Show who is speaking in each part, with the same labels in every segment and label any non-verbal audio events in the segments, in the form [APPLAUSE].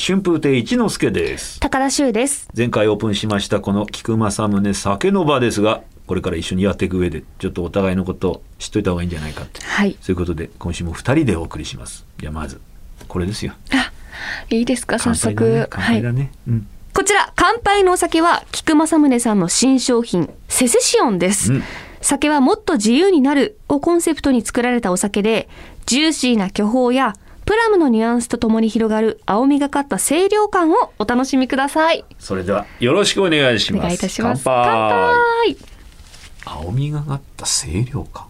Speaker 1: 春風亭一之輔です
Speaker 2: 高田修です。
Speaker 1: 前回オープンしましたこの菊正宗酒の場ですがこれから一緒にやっていく上でちょっとお互いのことを知っといた方がいいんじゃないかって
Speaker 2: はい。
Speaker 1: そういうことで今週も二人でお送りしますじゃあまずこれですよ
Speaker 2: いいですか早速、
Speaker 1: 乾杯だね、乾杯だね
Speaker 2: こちら乾杯のお酒は菊正宗さんの新商品セセシオンです、
Speaker 1: うん
Speaker 2: 酒はもっと自由になるをコンセプトに作られたお酒でジューシーな巨峰やプラムのニュアンスとともに広がる青みがかった清涼感をお楽しみください
Speaker 1: うんそれではよろしくお願いし
Speaker 2: お
Speaker 1: ます
Speaker 2: 願いいたします
Speaker 1: 乾杯
Speaker 2: 乾
Speaker 1: 青みがかった清涼感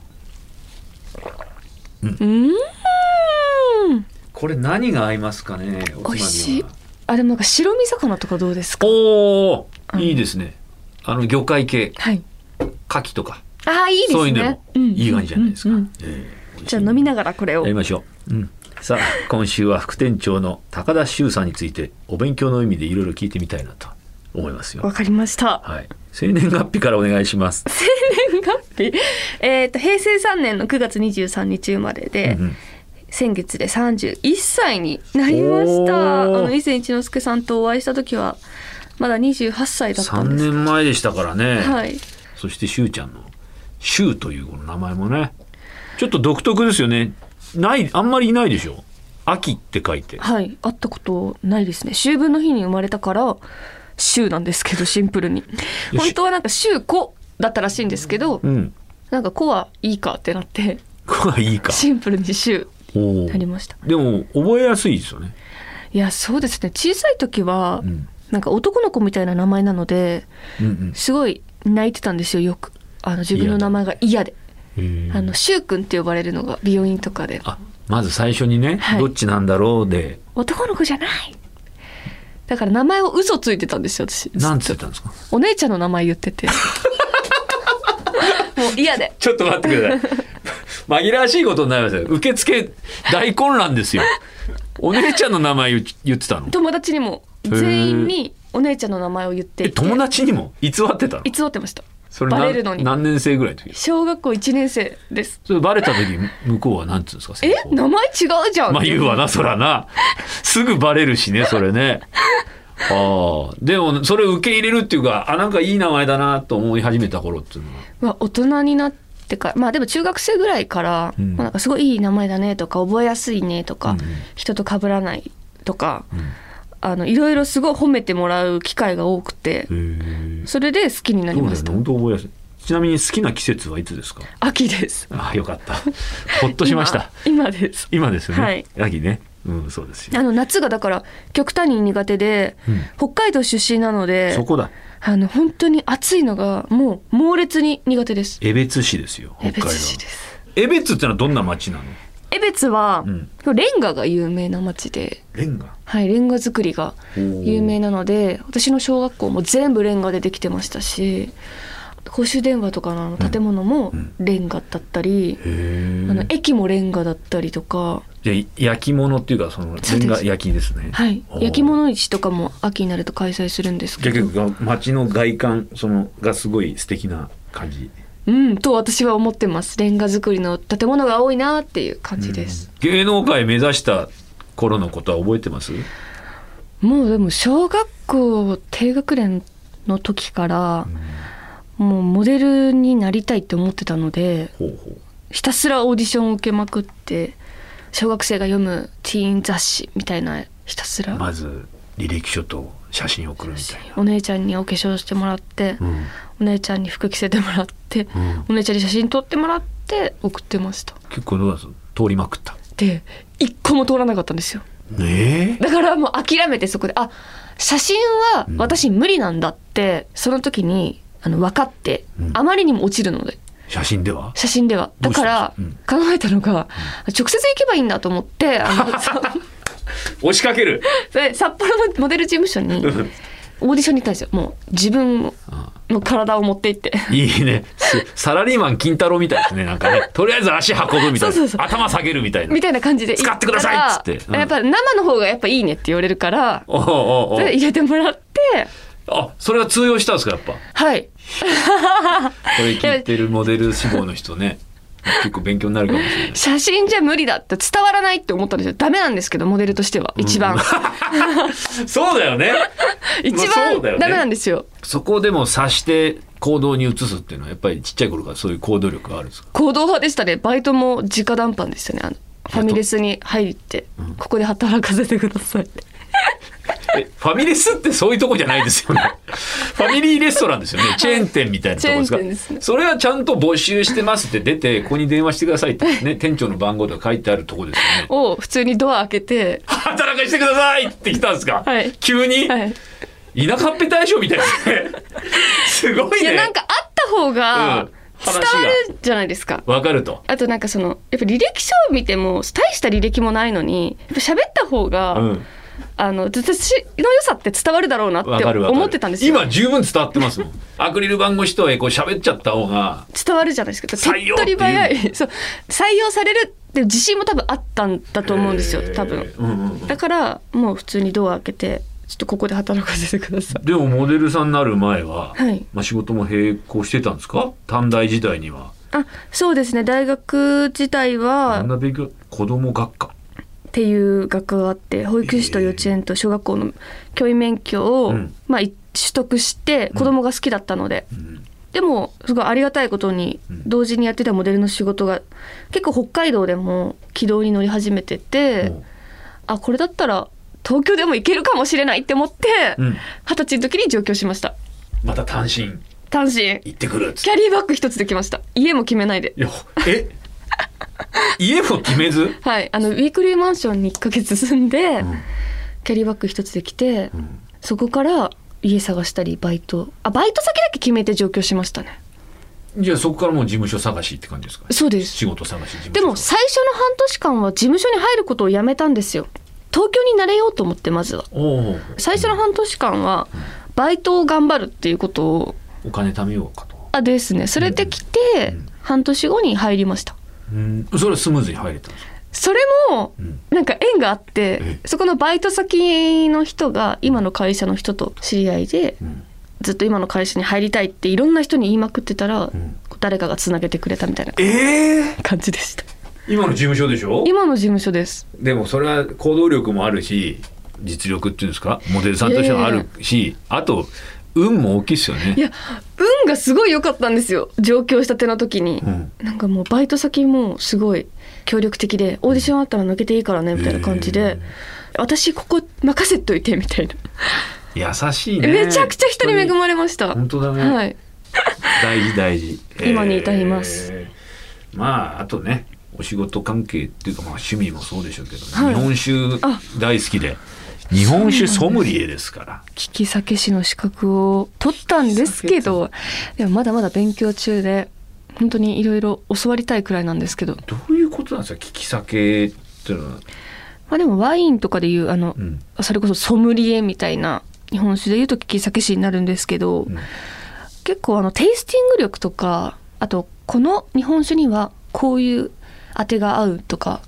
Speaker 2: 杯うん
Speaker 1: これ何が合いますかねおつまみは
Speaker 2: 美味しいあでもなんか白身魚とかどうですか
Speaker 1: おー
Speaker 2: うん
Speaker 1: いいですね、あの魚介系
Speaker 2: はい
Speaker 1: 牡蠣とか
Speaker 2: あーいいですね
Speaker 1: そういうのもいい感じじゃないです
Speaker 2: う
Speaker 1: か
Speaker 2: んうんうん
Speaker 1: ええ
Speaker 2: じゃあ飲みながらこれを
Speaker 1: やりましょう、うん、さあ今週は副店長の高田修さんについてお勉強の意味でいろいろ聞いてみたいなと思いますよ
Speaker 2: わかりました
Speaker 1: はい生年月日からお願いします、
Speaker 2: 月日 [LAUGHS] えっと平成3年の9月23日生まれで、
Speaker 1: うんうん
Speaker 2: 先月で31歳になりましたあ
Speaker 1: おー
Speaker 2: の以前一之輔さんとお会いした時はまだ28歳だった
Speaker 1: 3
Speaker 2: んです
Speaker 1: 年前でしたからね、
Speaker 2: はい
Speaker 1: そして修ちゃんの修というこの名前もねちょっと独特ですよねないあんまりいないでしょ秋って書いて
Speaker 2: はい会ったことないですね秋分の日に生まれたから週なんですけどシンプルに
Speaker 1: し
Speaker 2: 本当はなんか週子だったらしいんですけど
Speaker 1: うん
Speaker 2: なんか子はいいかってなって
Speaker 1: これはいいか
Speaker 2: シンプルに週
Speaker 1: おお
Speaker 2: になりました
Speaker 1: でも覚えやすいですよね、
Speaker 2: いやそうですね小さい時は
Speaker 1: うん
Speaker 2: なんか男の子みたいな名前なので
Speaker 1: うんうん
Speaker 2: すごい泣いてたんですよよくあの自分の名前が嫌で
Speaker 1: へー
Speaker 2: あのしゅうくんって呼ばれるのが美容院とかで
Speaker 1: あまず最初にね、
Speaker 2: はい
Speaker 1: どっちなんだろうで
Speaker 2: 男の子じゃないだから名前を嘘ついてたんですよ私
Speaker 1: なんつってたんですか
Speaker 2: お姉ちゃんの名前言って
Speaker 1: [LAUGHS]
Speaker 2: てもう嫌で
Speaker 1: ちょっと待ってください [LAUGHS] 紛らわしいことになりますよ受付大混乱ですよお姉ちゃんの名前言言ってたの
Speaker 2: 友達にも全員にお姉ちゃんの名前を言って
Speaker 1: え
Speaker 2: いて
Speaker 1: 友達にも偽ってたの
Speaker 2: 偽ってました
Speaker 1: それ
Speaker 2: バ
Speaker 1: な
Speaker 2: レるのに
Speaker 1: 何年生ぐらいの時
Speaker 2: 小学校1年生です
Speaker 1: それバレた時向こうはなんつうんですか
Speaker 2: え
Speaker 1: 先方
Speaker 2: 名前違うじゃん
Speaker 1: まあ言うわなそらなすぐバレるしねそれねああでもそれ受け入れるっていうかあなんかいい名前だなと思い始めた頃っていうのは
Speaker 2: まあ、大人になってからまあでも中学生ぐらいから、
Speaker 1: うん
Speaker 2: まあ、なんかすごいいい名前だねとか覚えやすいねとか、
Speaker 1: うんうん
Speaker 2: 人と被らないとか、
Speaker 1: ん
Speaker 2: あのいろいろすごい褒めてもらう機会が多くて
Speaker 1: へえ
Speaker 2: それで好きになり
Speaker 1: そう
Speaker 2: ま
Speaker 1: だよ
Speaker 2: し
Speaker 1: ね
Speaker 2: た、
Speaker 1: 本当覚えやすいちなみに好きな季節はいつです
Speaker 2: [LAUGHS]
Speaker 1: か
Speaker 2: 秋です
Speaker 1: ああよかったほっとしました
Speaker 2: 今今です
Speaker 1: 今ですよね、
Speaker 2: はい
Speaker 1: 秋ねうんそうですよ、
Speaker 2: あの夏がだから極端に苦手で、
Speaker 1: うん
Speaker 2: 北海道出身なので
Speaker 1: そこだ
Speaker 2: あの本当に暑いのがもう猛烈に苦手です
Speaker 1: 江別市ですよ北
Speaker 2: 江
Speaker 1: 海道
Speaker 2: 別市です
Speaker 1: 江別ってのはどんな町なの
Speaker 2: 江別は、
Speaker 1: うん
Speaker 2: レンガが有名な町で
Speaker 1: レンガ
Speaker 2: はい、レンガ作りが有名なので私の小学校も全部レンガでできてましたし公衆電話とかのあの建物も
Speaker 1: ん
Speaker 2: レンガだったり、
Speaker 1: へえ
Speaker 2: あの駅もレンガだったりとか、
Speaker 1: じゃあ焼き物っていうかそのレンガ焼きですね
Speaker 2: はい
Speaker 1: お、ー
Speaker 2: 焼き物市とかも秋になると開催するんですけ
Speaker 1: 結
Speaker 2: ど、
Speaker 1: 局町の外観そのがすごい素敵な感じ
Speaker 2: うん、と私は思ってますレンガ作りの建物が多いなっていう感じです、
Speaker 1: 芸能界目指した頃のことは覚えてます
Speaker 2: もうでも小学校低学年の時から、もうモデルになりたいって思ってたので
Speaker 1: ほうほう
Speaker 2: ひたすらオーディションを受けまくって小学生が読むティーン雑誌みたいなひたすら、
Speaker 1: まず履歴書と写真を送るみたい
Speaker 2: お姉ちゃんにお化粧してもらって、
Speaker 1: な、うん
Speaker 2: お姉ちゃんに服着せてもらって、
Speaker 1: うん
Speaker 2: お姉ちゃんに写真撮ってもらって送ってました
Speaker 1: 結構どうだった通りまくった
Speaker 2: で一個も通らなかったんですよ
Speaker 1: ね
Speaker 2: だからもう諦めてそこであ写真は私無理なんだって、その時にあの分かって、
Speaker 1: うん
Speaker 2: あまりにも落ちるので
Speaker 1: え写真では
Speaker 2: 写真では
Speaker 1: ど
Speaker 2: だ
Speaker 1: うした
Speaker 2: から
Speaker 1: うん
Speaker 2: 考えたのが、直接行けばいいんだと思って
Speaker 1: [LAUGHS]
Speaker 2: あのそう
Speaker 1: 押しかける
Speaker 2: で札幌のモデル事務所にオーディションに行ったんですよもう自分の体を持って行って
Speaker 1: [LAUGHS] いいねすサラリーマン金太郎みたいですねなんかねとりあえず足運ぶみたいな
Speaker 2: そうそうそう
Speaker 1: 頭下げるみたいな
Speaker 2: みたいな感じで行
Speaker 1: 使ってくださいっつってうん
Speaker 2: やっぱ生の方がやっぱいいねって言われるから
Speaker 1: おうおうお
Speaker 2: そうれで入れてもらって
Speaker 1: あそれが通用したんですかやっぱ
Speaker 2: はい
Speaker 1: これ聞いてるモデル志望の人ね結構勉強になるかもしれない。
Speaker 2: 写真じゃ無理だって伝わらないって思ったんですよ。ダメなんですけど、モデルとしては。一番。
Speaker 1: そうだよね。
Speaker 2: [LAUGHS] 一
Speaker 1: まあそ
Speaker 2: 番
Speaker 1: うだよね
Speaker 2: ダメなんですよ。
Speaker 1: そこでも察して行動に移すっていうのはやっぱりちっちゃい頃からそういう行動力があるんですか。
Speaker 2: 行動派でしたね。バイトも直談判でしたね。あのファミレスに入って、ここで働かせてください。
Speaker 1: えファミレスってそういうとこじゃないです
Speaker 2: [LAUGHS]
Speaker 1: よね。ファミリーレストランですよね。チェーン店みたいなとこですか。
Speaker 2: チェーン店ですね
Speaker 1: それはちゃんと募集してますって出てここに電話してくださいってね店長の番号とか書いてあるとこですよね。
Speaker 2: を普通にドア開けて、
Speaker 1: 働かしてくださいって来たんですか。
Speaker 2: はい
Speaker 1: 急に、
Speaker 2: はい。
Speaker 1: 田舎っぺ大将みたいですね。すごい
Speaker 2: いや、
Speaker 1: ね。
Speaker 2: なんかあった方
Speaker 1: う
Speaker 2: が
Speaker 1: ん
Speaker 2: 伝
Speaker 1: 話
Speaker 2: わ
Speaker 1: が
Speaker 2: るじゃないですか。
Speaker 1: わかると。
Speaker 2: あとなんかその、やっぱ履歴書を見ても、大した履歴もないのに、やっぱ喋った方が、
Speaker 1: うん。
Speaker 2: あの、私の良さって伝わるだろうなっ
Speaker 1: わ
Speaker 2: て
Speaker 1: かるわかる。
Speaker 2: 思ってたんですよ。
Speaker 1: 今十分伝わってますもん。アクリル板越しとはいえこう喋っちゃった方が。
Speaker 2: 伝わるじゃないですか。
Speaker 1: 採
Speaker 2: 手っ
Speaker 1: 用
Speaker 2: 取り早
Speaker 1: って
Speaker 2: い。そう。 [LAUGHS] 採用されるって自信も多分あったんだと思うんですよ
Speaker 1: え、ー
Speaker 2: 多分。
Speaker 1: うんうんうん
Speaker 2: だから、もう普通にドア開けて、ちょっとここで働かせてください。
Speaker 1: でもモデルさんになる前は、
Speaker 2: はい
Speaker 1: まあ仕事も並行してたんですか短大時代には。
Speaker 2: あ、そうですね。大学時代
Speaker 1: あ
Speaker 2: は
Speaker 1: ん、な勉強、子供学科。
Speaker 2: っていう学科があって保育士と幼稚園と小学校の教員免許を、
Speaker 1: うん
Speaker 2: まあ、い取得して子供が好きだったので、
Speaker 1: ん
Speaker 2: でもすごいありがたいことに
Speaker 1: ん
Speaker 2: 同時にやってたモデルの仕事が結構北海道でも軌道に乗り始めてて、
Speaker 1: も
Speaker 2: あこれだったら東京でも行けるかもしれないって思って
Speaker 1: う
Speaker 2: 二
Speaker 1: う
Speaker 2: 十、
Speaker 1: ん。
Speaker 2: 歳の時に上京しました
Speaker 1: また単身
Speaker 2: 単身
Speaker 1: 行ってくるっつって
Speaker 2: キャリーバッグ一つできました家も決めないで
Speaker 1: いや、
Speaker 2: [LAUGHS]
Speaker 1: え家も決めず
Speaker 2: はいあのウィークリーマンションに1ヶ月住んで、
Speaker 1: ん
Speaker 2: キャリーバッグ一つできて、
Speaker 1: ん
Speaker 2: そこから家探したりバイトあバイト先だけ決めて上京しましたね
Speaker 1: じゃあそこからもう事務所探しって感じですか
Speaker 2: そうです
Speaker 1: 仕事探し事務所探し
Speaker 2: でも最初の半年間は事務所に入ることをやめたんですよ東京に慣れようと思ってまずは
Speaker 1: おう
Speaker 2: 最初の半年間はバイトを頑張るっていうことを
Speaker 1: お金貯めようかと、
Speaker 2: あですねそれできて
Speaker 1: うん
Speaker 2: 半年後に入りました
Speaker 1: うん、それはスムーズに入れたんですか
Speaker 2: それも
Speaker 1: うん
Speaker 2: なんか縁があって
Speaker 1: え
Speaker 2: そこのバイト先の人が今の会社の人と知り合いで
Speaker 1: うん
Speaker 2: ずっと今の会社に入りたいっていろんな人に言いまくってたら、
Speaker 1: ん
Speaker 2: 誰かがつなげてくれたみたいな
Speaker 1: ええ
Speaker 2: 感じでした
Speaker 1: 今の事務所でしょ
Speaker 2: 今の事務所です
Speaker 1: でもそれは行動力もあるし実力っていうんですかモデルさんとしてもあるしあと運も大きいですよ
Speaker 2: い
Speaker 1: ね。
Speaker 2: や運がすごい良かったんですよ上京したての時に、
Speaker 1: うん
Speaker 2: なんかもうバイト先もすごい協力的でオーディションあったら抜けていいからねみたいな感じで、私ここ任せといてみたいな、
Speaker 1: 優しいね。
Speaker 2: めちゃくちゃ人に恵まれました
Speaker 1: 本当だね
Speaker 2: はい
Speaker 1: 大事大事。
Speaker 2: 今に至ります
Speaker 1: えー。まああとねお仕事関係っていうかまあ趣味もそうでしょうけど、
Speaker 2: はい
Speaker 1: 日本
Speaker 2: あ
Speaker 1: 酒大好きで日本酒ソムリエですから。
Speaker 2: 聞き酒師の資格を取ったんですけどでもまだまだ勉強中で本当にいろいろ教わりたいくらいなんですけど
Speaker 1: どういうことなんですか聞き酒っていうのは。
Speaker 2: まあでもワインとかでいうあの、
Speaker 1: うん
Speaker 2: それこそソムリエみたいな日本酒でいうと利き酒師になるんですけど、
Speaker 1: ん
Speaker 2: 結構あのテイスティング力とかあとこの日本酒にはこういうあてが合うとか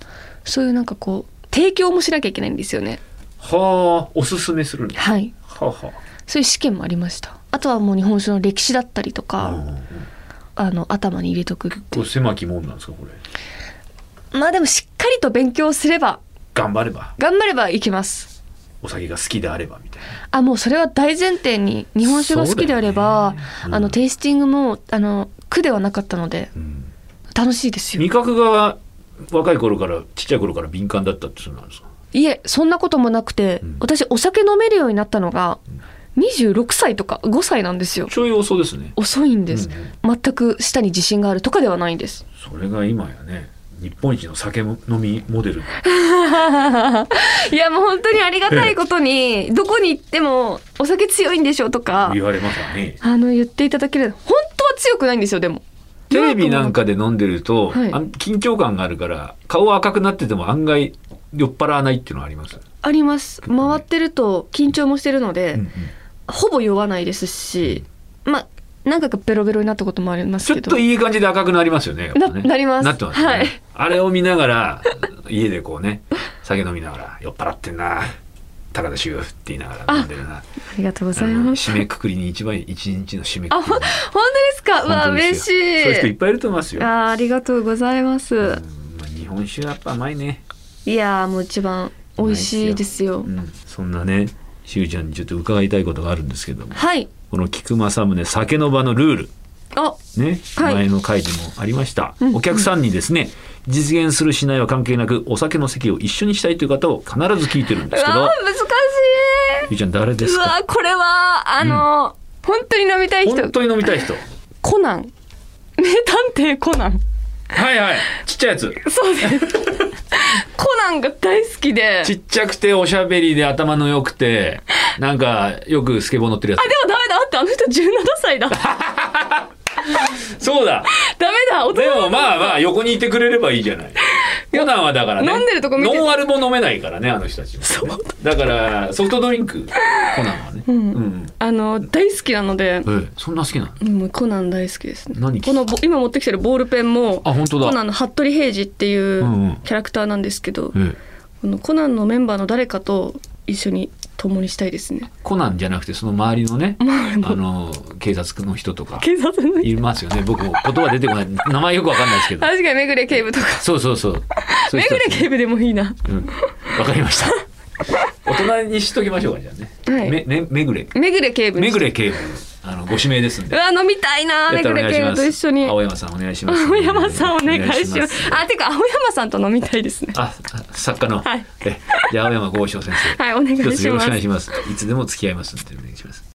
Speaker 2: そういうなんかこう提供もしなきゃいけないんですよね
Speaker 1: はあおすすめするんだ。
Speaker 2: はい
Speaker 1: はあは
Speaker 2: そういう試験もありましたあとはもう日本酒の歴史だったりと
Speaker 1: あ。うん
Speaker 2: か、
Speaker 1: うんうん
Speaker 2: あの頭に入れとくって
Speaker 1: これ狭きもんなんですかこれ。
Speaker 2: まあでもしっかりと勉強すれば
Speaker 1: 頑張れば
Speaker 2: 頑張ればいけます
Speaker 1: お酒が好きであればみたいな。
Speaker 2: あもうそれは大前提に日本酒が好きであれば、
Speaker 1: そうだよねうん
Speaker 2: あのテイスティングもあの苦ではなかったので
Speaker 1: うん
Speaker 2: 楽しいですよ
Speaker 1: 味覚が若い頃からちっちゃい頃から敏感だったってそうなんですか
Speaker 2: いえそんなこともなくて、
Speaker 1: うん
Speaker 2: 私お酒飲めるようになったのが26歳とか5歳なんですよ
Speaker 1: ちょい遅ですね。
Speaker 2: 遅いんです、全く舌に自信があるとかではないんです
Speaker 1: [LAUGHS] それが今やね日本一の酒飲みモデル
Speaker 2: いやもう本当にありがたいことにどこに行ってもお酒強いんでしょうとか
Speaker 1: 言われますよね。
Speaker 2: あの言っていただける本当は強くないんですよでも
Speaker 1: テレビなんかで飲んでると、
Speaker 2: はい
Speaker 1: あん緊張感があるから顔赤くなってても案外酔っ払わないっていうのはあります。
Speaker 2: あります回ってると緊張もしてるので、ほぼ酔わないですしまあ何回かベロベロになったこともあります
Speaker 1: ちょ
Speaker 2: け
Speaker 1: っ
Speaker 2: ど
Speaker 1: といい感じで赤くなりますよね。やっぱね
Speaker 2: ななります
Speaker 1: なってますよね、
Speaker 2: はい
Speaker 1: あれを見ながら、家でこうね、酒飲みながら、酔っ払ってんな。高田修って言いながら飲んでるな
Speaker 2: ありがとうござい
Speaker 1: あの
Speaker 2: ます。
Speaker 1: 締めくくりに一番いい一日の締めくく
Speaker 2: あ、
Speaker 1: り
Speaker 2: ほ本当ですか。うわ、
Speaker 1: 本当で
Speaker 2: 嬉し
Speaker 1: すよそういう人いっ
Speaker 2: い。
Speaker 1: ぱいいると思いますよ、
Speaker 2: あー、ありがとうございま
Speaker 1: うん
Speaker 2: す。
Speaker 1: まあ日本酒はやっぱ甘いね、
Speaker 2: いやー、もう一番美味しいです
Speaker 1: う。
Speaker 2: よ
Speaker 1: ん、そんなねしゅうちゃんにちょっと伺いたいことがあるんですけども
Speaker 2: はい。
Speaker 1: この菊正宗酒の場のルール
Speaker 2: あ、
Speaker 1: ね、
Speaker 2: はい
Speaker 1: 前の回でもありました、
Speaker 2: うん
Speaker 1: お客さんにですね実現するしないは関係なくお酒の席を一緒にしたいという方を必ず聞いてるん
Speaker 2: う
Speaker 1: ですけど
Speaker 2: わー、難し
Speaker 1: ゆうちゃん誰で
Speaker 2: い。
Speaker 1: す
Speaker 2: う
Speaker 1: か
Speaker 2: わー、これは、あのー、本当に飲みたい人
Speaker 1: 本。当に飲みたい人
Speaker 2: コナン。 [LAUGHS] 名探偵コナン。
Speaker 1: はいはいちっちゃいやつ
Speaker 2: そうです。
Speaker 1: [LAUGHS]
Speaker 2: コナンが大好きで。
Speaker 1: ちっちゃくておしゃべりで頭の良くてなんかよくスケボー乗ってるや
Speaker 2: あ、でもダメだ。あって、あの人17
Speaker 1: [LAUGHS]
Speaker 2: 歳だ。ダ
Speaker 1: つそうだ
Speaker 2: メだ。大
Speaker 1: で
Speaker 2: 人。
Speaker 1: もまあまあ横にいてくれればいいじゃないコナンはだからね
Speaker 2: 飲んでるとこ見て
Speaker 1: ノンアルも飲めないからねあの人たちも、ね、だからソフトドリンクコナンはねうん、うん
Speaker 2: あの、大好きなので。
Speaker 1: ええそんな好きなの
Speaker 2: もうコナン大好きですね。
Speaker 1: 何
Speaker 2: このぼ今持ってきてるボールペンも
Speaker 1: あ本当だ
Speaker 2: コナンの服部平次ってい
Speaker 1: う
Speaker 2: う
Speaker 1: んうん
Speaker 2: キャラクターなんですけど、
Speaker 1: ええ
Speaker 2: このコナンのメンバーの誰かと一緒に共にしたいですね。
Speaker 1: コナンじゃなくてその周りのね
Speaker 2: 周りの
Speaker 1: あの警察の人とか
Speaker 2: 警察の人
Speaker 1: いますよね僕言葉出てこない名前よくわかんないですけど
Speaker 2: 確かにめぐれ警部とか。
Speaker 1: そうそうそうそうい
Speaker 2: め
Speaker 1: う人
Speaker 2: ぐれ
Speaker 1: たちね
Speaker 2: 警部でもいいな。
Speaker 1: うんわかりました大人にしときましょうかじゃあね、
Speaker 2: はい
Speaker 1: めねめぐれ
Speaker 2: めぐれ警部に
Speaker 1: めぐれ警部あのご指名ですん
Speaker 2: う
Speaker 1: で
Speaker 2: わ、飲みたいな。
Speaker 1: や
Speaker 2: め
Speaker 1: った
Speaker 2: ぐ
Speaker 1: らお願い
Speaker 2: れ
Speaker 1: し
Speaker 2: 警
Speaker 1: ま
Speaker 2: 部
Speaker 1: す
Speaker 2: と一緒に。
Speaker 1: 青山さんお願いします
Speaker 2: 青山さんお願いします。あ、
Speaker 1: あ
Speaker 2: てか青山さんと飲みたいですね。
Speaker 1: あ作家の、
Speaker 2: はい
Speaker 1: えじゃあ青山剛昌先生
Speaker 2: はい、お願い
Speaker 1: 一つ
Speaker 2: し
Speaker 1: よろ
Speaker 2: ま
Speaker 1: しくお
Speaker 2: す
Speaker 1: 願い。しますいつでも付き合いますんでお願いします